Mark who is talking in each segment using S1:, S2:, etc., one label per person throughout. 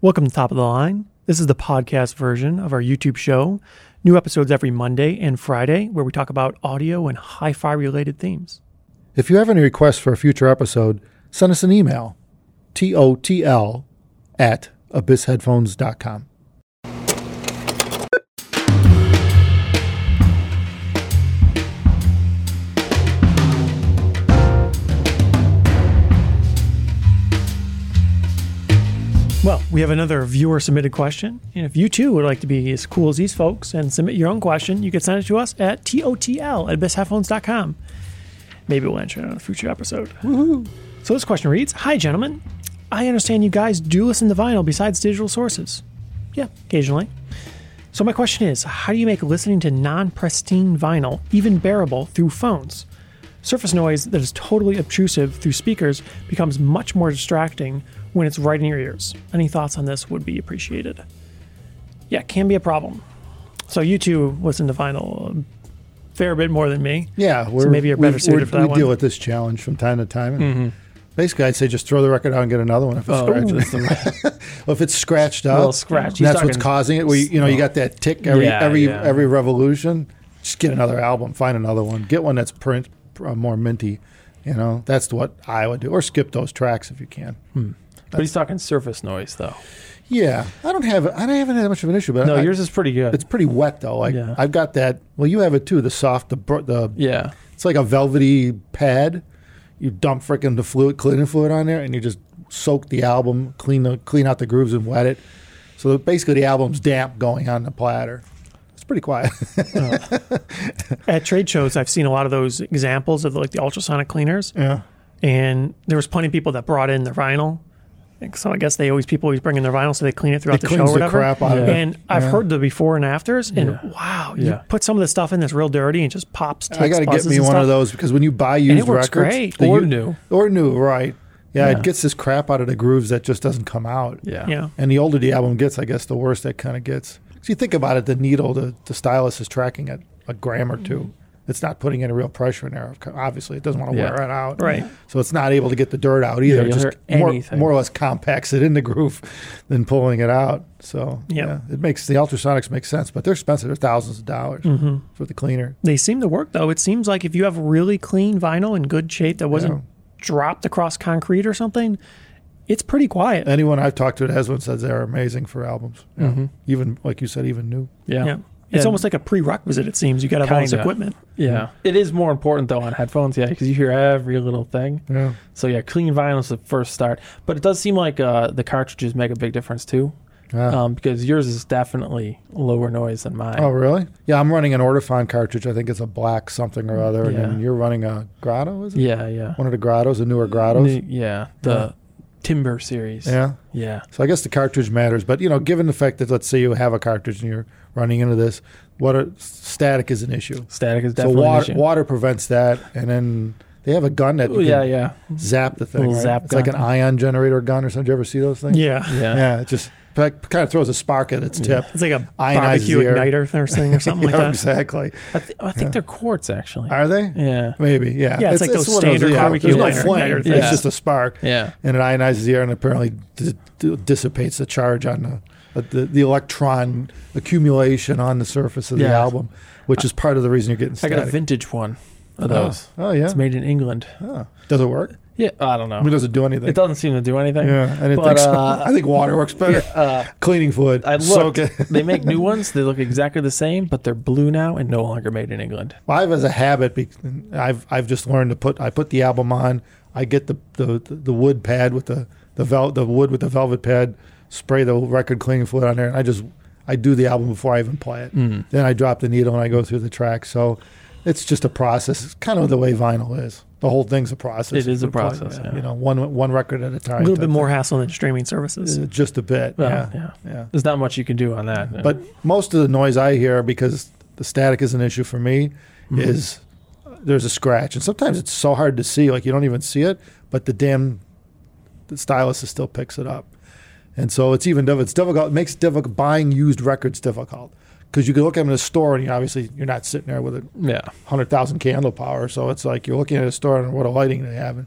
S1: Welcome to Top of the Line. This is the podcast version of our YouTube show. New episodes every Monday and Friday where we talk about audio and hi fi related themes.
S2: If you have any requests for a future episode, send us an email, TOTL at abyssheadphones.com.
S1: Well, we have another viewer submitted question. And if you too would like to be as cool as these folks and submit your own question, you can send it to us at TOTL at bestheadphones.com. Maybe we'll answer it on a future episode. Woohoo! So this question reads Hi, gentlemen. I understand you guys do listen to vinyl besides digital sources. Yeah, occasionally. So my question is how do you make listening to non pristine vinyl even bearable through phones? Surface noise that is totally obtrusive through speakers becomes much more distracting when it's right in your ears. Any thoughts on this would be appreciated. Yeah, it can be a problem. So you two listen to vinyl a fair bit more than me.
S2: Yeah, we're,
S1: maybe you're better
S2: we-
S1: suited
S2: we-
S1: for that
S2: we
S1: one.
S2: deal with this challenge from time to time. And Basically, I'd say just throw the record out and get another one if it's scratched. Well, if it's scratched out,
S1: little scratch.
S2: and
S1: He's
S2: that's what's
S1: talking-
S2: causing it. Where you, you know you got that tick every
S1: Yeah,
S2: every
S1: yeah.
S2: every revolution. Just get another album, find another one, get one that's print uh, more minty. You know that's what I would do, or skip those tracks if you can.
S3: Hmm. But he's talking surface noise though.
S2: Yeah, I don't have I haven't had much of an issue, but
S3: No,
S2: I,
S3: yours is pretty good.
S2: it's pretty wet though. Like
S3: Yeah.
S2: I've got that. Well, you have it too. The soft, the br- the
S3: yeah.
S2: It's like a velvety pad. You dump frickin' the fluid, cleaning fluid on there, and you just soak the album, clean the clean out the grooves and wet it. So basically, the album's damp going on the platter. It's pretty quiet.
S1: At trade shows, I've seen a lot of those examples of like the ultrasonic cleaners,
S2: yeah.
S1: and there was plenty of people that brought in their vinyl. Like, So I guess they always people always bring in their vinyl, so they clean it throughout the
S2: It
S1: show
S2: cleans
S1: or
S2: the
S1: whatever.
S2: crap out
S3: of it.
S1: And I've heard the before and afters, and wow, you
S3: Yeah.
S1: put some of the stuff in that's real dirty and just pops. Takes,
S2: I got to get
S1: buzzes
S2: me
S1: and
S2: one
S1: stuff.
S2: of those because when you buy used
S1: works
S2: records,
S1: great.
S2: the
S3: Or
S2: u-
S3: new.
S2: or new, right? Yeah, it gets this crap out of the grooves that just doesn't come out.
S3: Yeah.
S1: Yeah,
S2: And the older the album gets, I guess the worse that kind of gets. So you think about it, the needle, the, the stylus is tracking a, a gram or two. It's not putting any real pressure in there. Obviously, it doesn't want to
S3: Yeah.
S2: wear it out.
S1: Right.
S2: So it's not able to get the dirt out either.
S3: you'll
S2: It just
S3: hear
S2: more,
S3: anything.
S2: more or less compacts it in the groove than pulling it out. So
S1: Yeah.
S2: it makes the ultrasonics make sense, but they're expensive. They're thousands of dollars
S1: Mm-hmm.
S2: for the cleaner.
S1: they seem to work though. It seems like if you have really clean vinyl in good shape that wasn't
S2: Yeah.
S1: dropped across concrete or something, it's pretty quiet.
S2: Anyone I've talked to that has one says they're amazing for albums. Yeah.
S3: Mm-hmm.
S2: Even like you said, even new.
S3: Yeah.
S1: yeah. It's
S3: And-
S1: almost like a prerequisite. It seems you got to have all this
S3: Kinda.
S1: equipment.
S3: Yeah. It is more important though on headphones, yeah, because you hear every little thing.
S2: Yeah.
S3: So yeah, clean vinyl is the first start, but it does seem like uh, the cartridges make a big difference too,
S2: Yeah.
S3: um, because yours is definitely lower noise than mine.
S2: Oh, really? Yeah, I'm running an Ortofon cartridge. I think it's a black something or other. And then
S3: Yeah.
S2: you're running a Grotto, is it?
S3: Yeah, yeah,
S2: One of the Grottos, the newer Grottos.
S3: New- yeah. The Timber series.
S2: yeah.
S3: yeah.
S2: So I guess the cartridge matters. But, you know, given the fact that, let's say you have a cartridge and you're running into this, what are, static is an issue.
S3: Static is
S2: So
S3: definitely. an
S2: water,
S3: issue.
S2: water prevents that. And then they have a gun that you
S3: Ooh, yeah,
S2: can
S3: yeah,
S2: zap the thing.
S3: Little
S2: right?
S3: zap
S2: it's like an
S3: gun.
S2: ion generator gun or something. Did you ever see those things?
S1: Yeah.
S3: yeah,
S2: Yeah, it just like, kind of throws a spark at its tip.
S1: It's like a
S2: Ionizes
S1: barbecue
S2: the air.
S1: igniter thing or something or something
S2: Yeah,
S1: like that.
S2: exactly.
S3: I, th- I think they're quartz actually.
S2: Are they?
S3: yeah,
S2: Maybe, yeah.
S1: Yeah, it's like those
S2: one of
S1: standard
S2: yeah,
S1: barbecue
S2: There's no
S1: lighter-
S2: flame.
S1: lighter
S2: It's
S3: things.
S2: just a spark.
S3: yeah.
S2: And it ionizes the air and apparently d- d- dissipates the charge on the, uh, the the electron accumulation on the surface of the
S3: Yeah.
S2: album, which is part of the reason you're getting
S3: I
S2: static.
S3: got a vintage one of
S2: Oh.
S3: those.
S2: Oh, yeah.
S3: It's made in England.
S2: Oh. Does it work?
S3: Yeah, I don't know.
S2: I mean, does it do anything?
S3: It doesn't seem to do anything.
S2: Yeah, I didn't
S3: But,
S2: think so.
S3: uh,
S2: I think water works better.
S3: Uh,
S2: Cleaning fluid.
S3: I
S2: soak
S3: looked.
S2: it.
S3: they make new ones. They look exactly the same, but they're blue now and no longer made in England.
S2: Well, I've as a habit. Be- I've I've just learned to put. I put the album on. I get the the, the wood pad with the the vel- the wood with the velvet pad. Spray the record cleaning fluid on there, and I just I do the album before I even play it.
S3: Mm.
S2: Then I drop the needle and I go through the track. So it's just a process. It's kind of the way vinyl is. The whole thing's a process.
S3: It is a
S2: We're playing,
S3: process, yeah.
S2: You know, one one record at a time.
S1: A little bit
S2: type
S1: more hassle than streaming services.
S2: thing. Uh, Just a bit.
S3: Well,
S2: yeah.
S3: yeah.
S2: Yeah.
S3: There's not much you can do on that.
S2: But most of the noise I hear, because the static is an issue for me, is uh, there's a scratch, and sometimes it's so hard to see, like you don't even see it, but the damn the stylus still picks it up, and so it's even diff- it's difficult. It makes difficult buying used records difficult because you can look at them in a store, and you obviously you're not sitting there with a
S3: yeah,
S2: hundred thousand candle power, so it's like you're looking at a store and what a lighting they have, and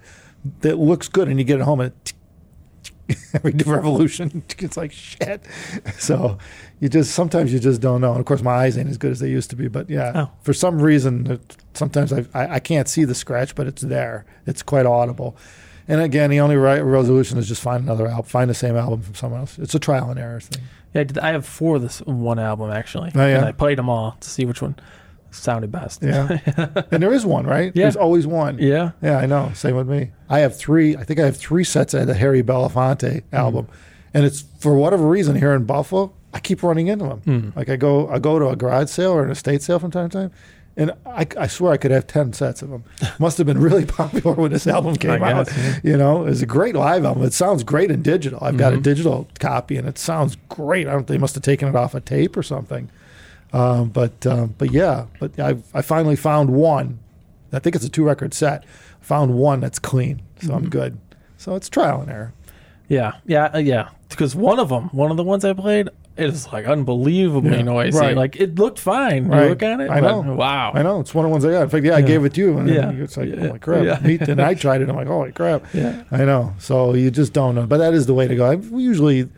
S2: that looks good, and you get it home and it tick, tick, every revolution. It's like shit. So you just sometimes you just don't know. And of course, my eyes ain't as good as they used to be. But yeah,
S1: Oh.
S2: for some reason, it- sometimes I, I I can't see the scratch, but it's there. It's quite audible. And again, the only right resolution is just find another album, find the same album from someone else. It's a trial and error thing.
S3: Yeah, I, did, I have four of this one album actually.
S2: Oh, yeah?
S3: And I played them all to see which one sounded best.
S2: Yeah, and there is one, right?
S3: Yeah.
S2: There's always one.
S3: Yeah.
S2: Yeah, I know. Same with me. I have three. I think I have three sets of the Harry Belafonte album, and it's for whatever reason here in Buffalo, I keep running into them.
S3: Hmm.
S2: Like I go, I go to a garage sale or an estate sale from time to time, and I, I swear I could have ten sets of them. Must have been really popular when this album came
S3: I
S2: out.
S3: guess, yeah.
S2: You know, it's a great live album. It sounds great in digital. I've
S3: Mm-hmm.
S2: got a digital copy, and it sounds great. I don't. They must have taken it off a tape or something. Um, but um, but yeah, but I I finally found one. I think it's a two record set. I found one that's clean, so
S3: Mm-hmm.
S2: I'm good. So it's trial and error.
S3: Yeah, yeah, uh, yeah. Because one of them, one of the ones I played, it is like unbelievably
S2: Yeah,
S3: noisy.
S2: right.
S3: Like it looked fine.
S2: Right.
S3: You look at it.
S2: I
S3: but
S2: know.
S3: Wow.
S2: I know it's one of the ones I got. In fact, yeah, I gave it to you, and
S3: Yeah.
S2: it's like,
S3: Yeah.
S2: holy crap!
S3: Yeah.
S2: Meet, and I tried it. I'm like, holy crap!
S3: Yeah.
S2: I know. So you just don't know, but that is the way to go. I usually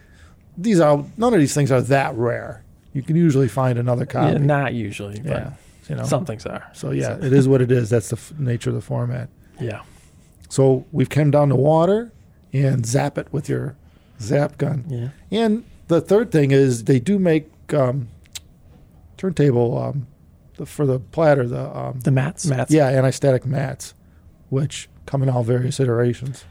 S2: these are none of these things are that rare. You can usually find another copy.
S3: Yeah, not usually, but
S2: Yeah, you know.
S3: some things are.
S2: so yeah, it is what it is. That's the f- nature of the format.
S3: Yeah.
S2: So we've come down to water and zap it with your zap gun.
S3: Yeah.
S2: And the third thing is they do make um, turntable um, the, for the platter, the, um,
S1: The mats.
S3: Mats.
S2: yeah, anti static mats, which come in all various iterations.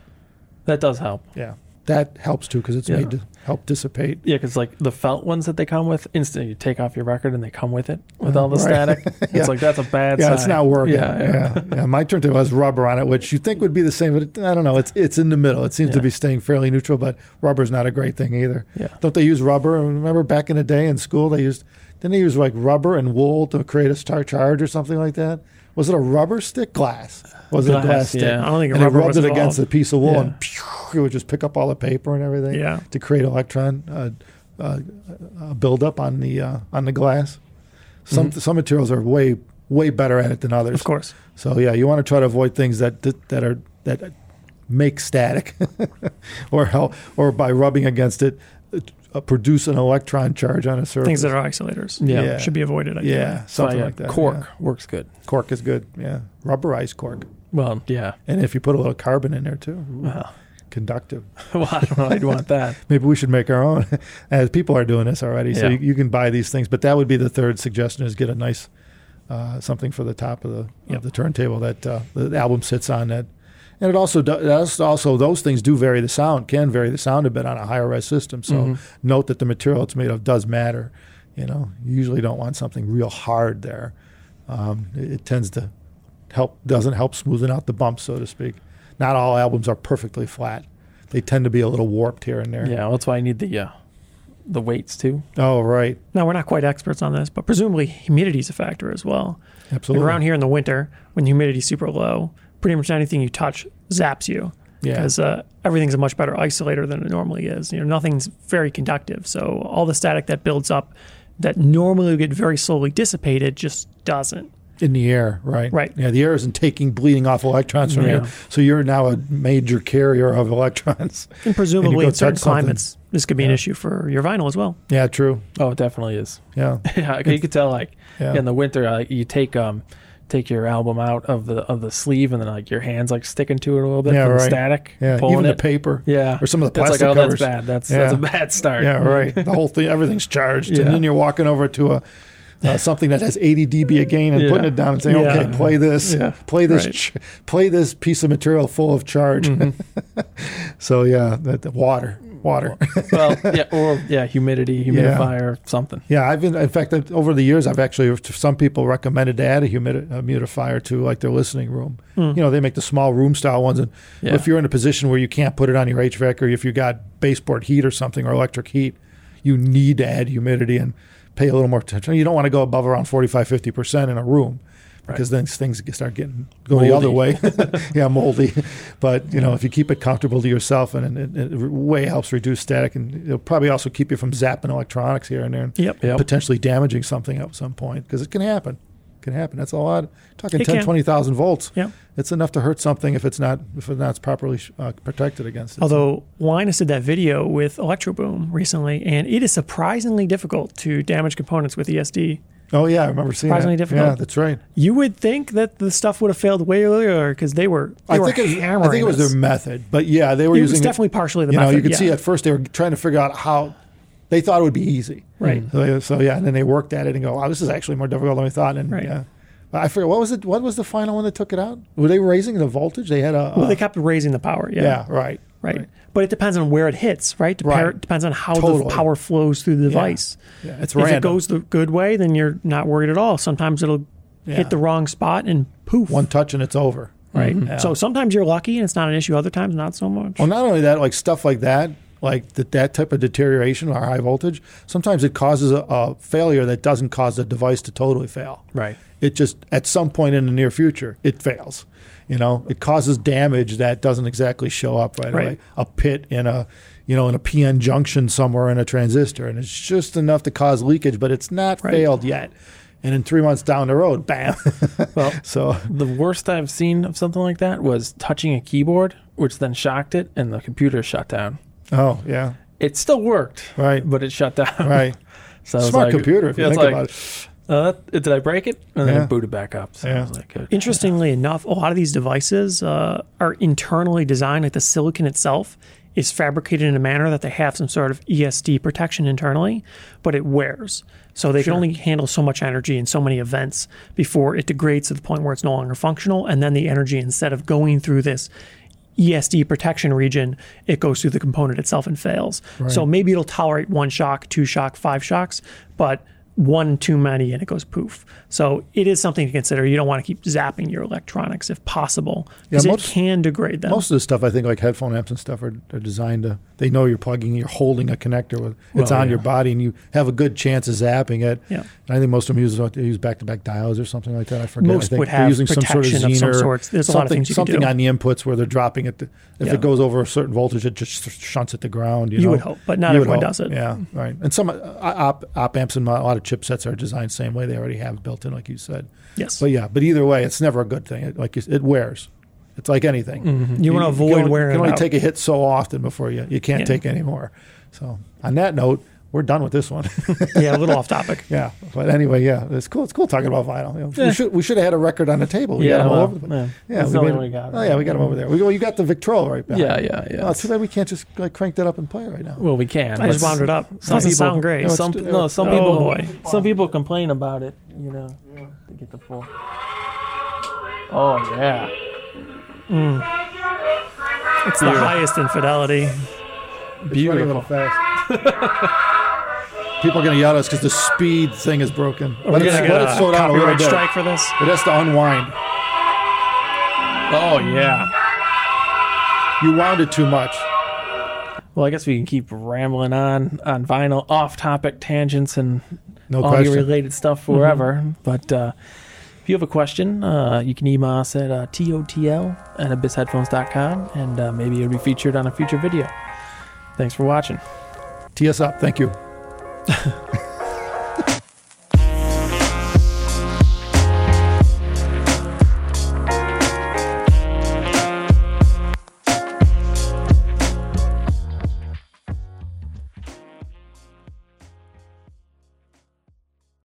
S3: That does help.
S2: Yeah. That helps too because it's
S3: Yeah.
S2: made to help dissipate.
S3: Yeah, because like the felt ones that they come with, instantly you take off your record and they come with it with all the
S2: Mm, Right.
S3: static.
S2: Yeah.
S3: It's like that's a bad.
S2: yeah, it's
S3: sign.
S2: not working.
S3: Yeah, yeah.
S2: yeah. yeah. My turntable has rubber on it, which you think would be the same, but it, I don't know. It's it's in the middle. It seems to
S3: Yeah.
S2: be staying fairly neutral, but rubber's not a great thing either.
S3: Yeah.
S2: Don't they use rubber? Remember back in the day in school, they used didn't they use like rubber and wool to create a star charge or something like that? Was it a rubber stick? Glass? Was it a
S3: Glass,
S2: glass stick?
S3: yeah.
S1: I don't think
S2: And they
S1: rubber
S2: rubbed
S1: was
S2: it
S1: involved.
S2: against a piece of wool,
S3: Yeah.
S2: and pew, it would just pick up all the paper and everything
S1: Yeah.
S2: to create electron uh, uh, uh, buildup on the uh, on the glass. Some some materials are way way better at it than others.
S1: Mm-hmm. Of course.
S2: So yeah, you want to try to avoid things that that, that are that make static, or help, or by rubbing against it, uh, produce an electron charge on a surface.
S1: Things that are isolators.
S3: Yeah.
S2: Yeah.
S1: Should be avoided. Ideally.
S2: yeah,
S3: So,
S2: something
S3: yeah,
S2: like that.
S3: Cork
S2: yeah.
S3: works good.
S2: cork is good. Yeah, rubberized cork,
S3: Well, yeah.
S2: and if you put a little carbon in there too,
S1: Mm-hmm.
S2: ooh,
S3: Well,
S2: conductive.
S3: well, I don't know. I'd want that.
S2: Maybe we should make our own, as people are doing this already. So
S3: Yeah.
S2: you, you can buy these things, but that would be the third suggestion: is get a nice uh, something for the top of the
S1: Yep.
S2: of the turntable that uh, the album sits on. That, and it also do- that's also those things do vary the sound, can vary the sound a bit on a higher res system. So
S3: Mm-hmm.
S2: note that the material it's made of does matter. You know, you usually don't want something real hard there. Um, it, it tends to help doesn't help smoothen out the bumps, so to speak. Not all albums are perfectly flat. They tend to be a little warped here and there.
S3: Yeah, well, that's why I need the uh, the weights too.
S2: Oh, right.
S1: Now we're not quite experts on this, but presumably humidity is a factor as well. Like
S2: Absolutely.
S1: around here in the winter, when humidity is super low, pretty much anything you touch zaps you.
S2: Yeah.
S1: Because uh, everything's a much better isolator than it normally is. You know, nothing's very conductive. So all the static that builds up that normally would get very slowly dissipated just doesn't.
S2: in the air, right?
S1: Right.
S2: Yeah, the air isn't taking bleeding off electrons from
S3: Yeah.
S2: you. So you're now a major carrier of electrons.
S1: And presumably
S2: go
S1: in certain
S2: touch something.
S1: climates, this could be an issue for your vinyl as well.
S2: yeah, true.
S3: Oh, it definitely is.
S2: Yeah.
S3: yeah, 'cause you could tell like
S2: Yeah.
S3: in the winter, uh, you take um take your album out of the of the sleeve, and then like your hands like sticking to it a little bit
S2: Yeah,
S3: from the
S2: right.
S3: static,
S2: Yeah.
S3: pulling
S2: Even
S3: it.
S2: the paper.
S3: yeah,
S2: Or some of the
S3: that's
S2: plastic
S3: like oh,
S2: covers.
S3: that's bad. That's that's a
S2: Yeah.
S3: bad start.
S2: Yeah, right. the whole thing, everything's charged.
S3: Yeah.
S2: And then you're walking over to a uh, something that has 80 dB of gain and
S3: Yeah.
S2: putting it down and saying,
S1: Yeah.
S2: "Okay, play this,
S3: Yeah.
S2: play this,
S1: Right.
S2: ch- play this piece of material full of charge."
S3: Mm-hmm.
S2: so yeah, that, the water, water.
S3: well, yeah, or yeah, humidity, humidifier, something.
S2: Yeah, I've been, in fact, I've, over the years, I've actually, to some people recommended to add a humid, a humidifier to like their listening room. You know, they make the small room style ones. And
S3: Yeah.
S2: if you're in a position where you can't put it on your HVAC or if you got baseboard heat or something or electric heat, you need to add humidity and pay a little more attention. You don't want to go above around 45, 50% in a room because then things get- start getting go the other way. yeah, moldy. But, you know, if you keep it comfortable to yourself and it, it, it way helps reduce static and it'll probably also keep you from zapping electronics here and there
S1: Yep.
S3: Yep.
S2: potentially damaging something at some point because it can happen. can happen. That's a lot. Talking
S1: It
S2: 10,
S1: can.
S2: 20,000 volts.
S1: Yep.
S2: It's enough to hurt something if it's not if it's not properly uh, protected against it.
S1: Although Linus did that video with Electro Boom recently, and it is surprisingly difficult to damage components with ESD.
S2: oh yeah, I remember seeing
S1: Surprisingly
S2: that.
S1: difficult.
S2: Yeah, that's right.
S1: You would think that the stuff would have failed way earlier because they were. They
S2: I
S1: were
S2: think, it was, I
S1: hammering
S2: think it was
S1: this.
S2: their method, but yeah, they were
S1: It was
S2: using
S1: definitely partially the
S2: you know,
S1: method,
S2: you could
S1: yeah.
S2: see at first they were trying to figure out how they thought it would be easy,
S1: Right.
S2: So, they- so, yeah, and then they worked at it and go, "Wow, this is actually more difficult than we thought." And
S1: Right.
S2: yeah, But I forget what was it. What was the final one that took it out? Were they raising the voltage? They had a
S1: Well,
S2: uh,
S1: they kept raising the power. Yeah.
S2: yeah, right,
S1: Right. But it depends on where it hits, right? Dep-
S2: Right.
S1: Depends on how the
S2: Totally.
S1: power flows through the device.
S2: Yeah, it's
S1: if
S2: random.
S1: it goes the good way, then you're not worried at all. Sometimes it'll
S2: Yeah.
S1: hit the wrong spot and poof.
S2: one touch and it's over.
S1: right.
S2: Yeah.
S1: So sometimes you're lucky and it's not an issue. Other times, not so much.
S2: Well, not only that, like stuff like that, like that that type of deterioration or high voltage, sometimes it causes a, a failure that doesn't cause the device to totally fail.
S3: Right.
S2: It just at some point in the near future it fails. You know, it causes damage that doesn't exactly show up right,
S1: Right.
S2: away. A pit in a you know in a PN junction somewhere in a transistor, and it's just enough to cause leakage, but it's not
S1: Right.
S2: failed yet. And in three months down the road, bam.
S3: Well,
S2: so
S3: the worst I've seen of something like that was touching a keyboard, which then shocked it, and the computer shut down.
S2: oh yeah,
S3: It still worked,
S2: Right.
S3: But it shut down.
S2: right.
S3: So I was
S2: Smart
S3: like-
S2: computer if you
S3: yeah, it's
S2: think
S3: like,
S2: about it.
S3: Uh, did I break it? And then
S2: Yeah.
S3: it booted back up. So I
S2: Yeah.
S3: was like, okay.
S1: Interestingly enough, a lot of these devices uh, are internally designed, like the silicon itself is fabricated in a manner that they have some sort of ESD protection internally, but it wears. So they can only handle so much energy and so many events before it degrades to the point where it's no longer functional. And then the energy, instead of going through this ESD E protection region, it goes through the component itself and fails. So maybe it'll tolerate one shock, two shock, five shocks, but one too many and it goes poof. So it is something to consider. You don't want to keep zapping your electronics if possible because it
S2: Yeah, most-
S1: can degrade them.
S2: Most of the stuff I think, like headphone amps and stuff, are, are designed to. They know you're plugging, you're holding a connector with it's
S3: Well,
S2: on
S3: yeah.
S2: your body, and you have a good chance of zapping it.
S1: Yeah.
S2: And I think most of them use they use back to back diodes or something like that. I forget.
S1: Most
S2: I think
S1: would
S2: they're
S1: have
S2: using some sort of
S1: protection of some
S2: zener,
S1: sorts. There's a lot of
S2: something-
S1: things you can
S2: something
S1: do.
S2: on the inputs where they're dropping it. To, if
S1: Yeah.
S2: it goes over a certain voltage, it just sh- shunts it to ground. You,
S1: You
S2: know?
S1: would hope, but not
S2: You would
S1: everyone
S2: hope.
S1: does it.
S2: Yeah, right. And some uh, op op amps and a lot of chipsets are designed the same way. They already have built in, like you said.
S1: yes.
S2: But yeah, but either way, it's never a good thing. It, like you s- it wears. It's like anything.
S1: You wanna avoid
S2: can only,
S1: wearing
S2: Mm-hmm. You can
S1: it
S2: only
S1: out.
S2: take a hit so often before you you can't
S1: Yeah.
S2: take any more. So on that note, we're done with this one.
S1: yeah, a little off topic.
S2: yeah. But anyway, yeah, it's cool. It's cool talking about vinyl. You know, We should we should have had a record on the table. We
S3: Yeah,
S2: got 'em all
S3: well,
S2: over the place.
S3: yeah. That's the
S2: made
S3: only one
S2: it-
S3: we got.
S2: Oh yeah, we got them over there. We, well, you got the Victrola right back.
S3: Yeah, yeah, yeah.
S2: Oh, it's too bad we can't just like crank that up and play it right now.
S3: well, we can.
S1: I just wound it up. doesn't sound great.
S3: Some,
S2: it's-
S3: no, some
S1: oh,
S3: people.
S1: boy.
S3: Some people complain about it. You know, to get the full. Oh yeah.
S1: It's the highest infidelity.
S2: Running a little fast. People are going to yell at us because the speed thing is broken.
S1: We're
S2: Let it,
S1: gonna
S2: let
S1: get
S2: it
S1: a
S2: slow down a little
S1: copyright
S2: bit.
S1: strike for this.
S2: It has to unwind.
S3: Oh yeah.
S2: You wound it too much.
S3: Well, I guess we can keep rambling on on vinyl, off-topic tangents, and
S2: No
S3: audio
S2: question. Mm-hmm.
S3: related stuff forever. But uh, if you have a question, uh, you can email us at uh, TOTL at abyssheadphones.com and uh, maybe it'll be featured on a future video. Thanks for watching.
S2: Tee us up. Thank you.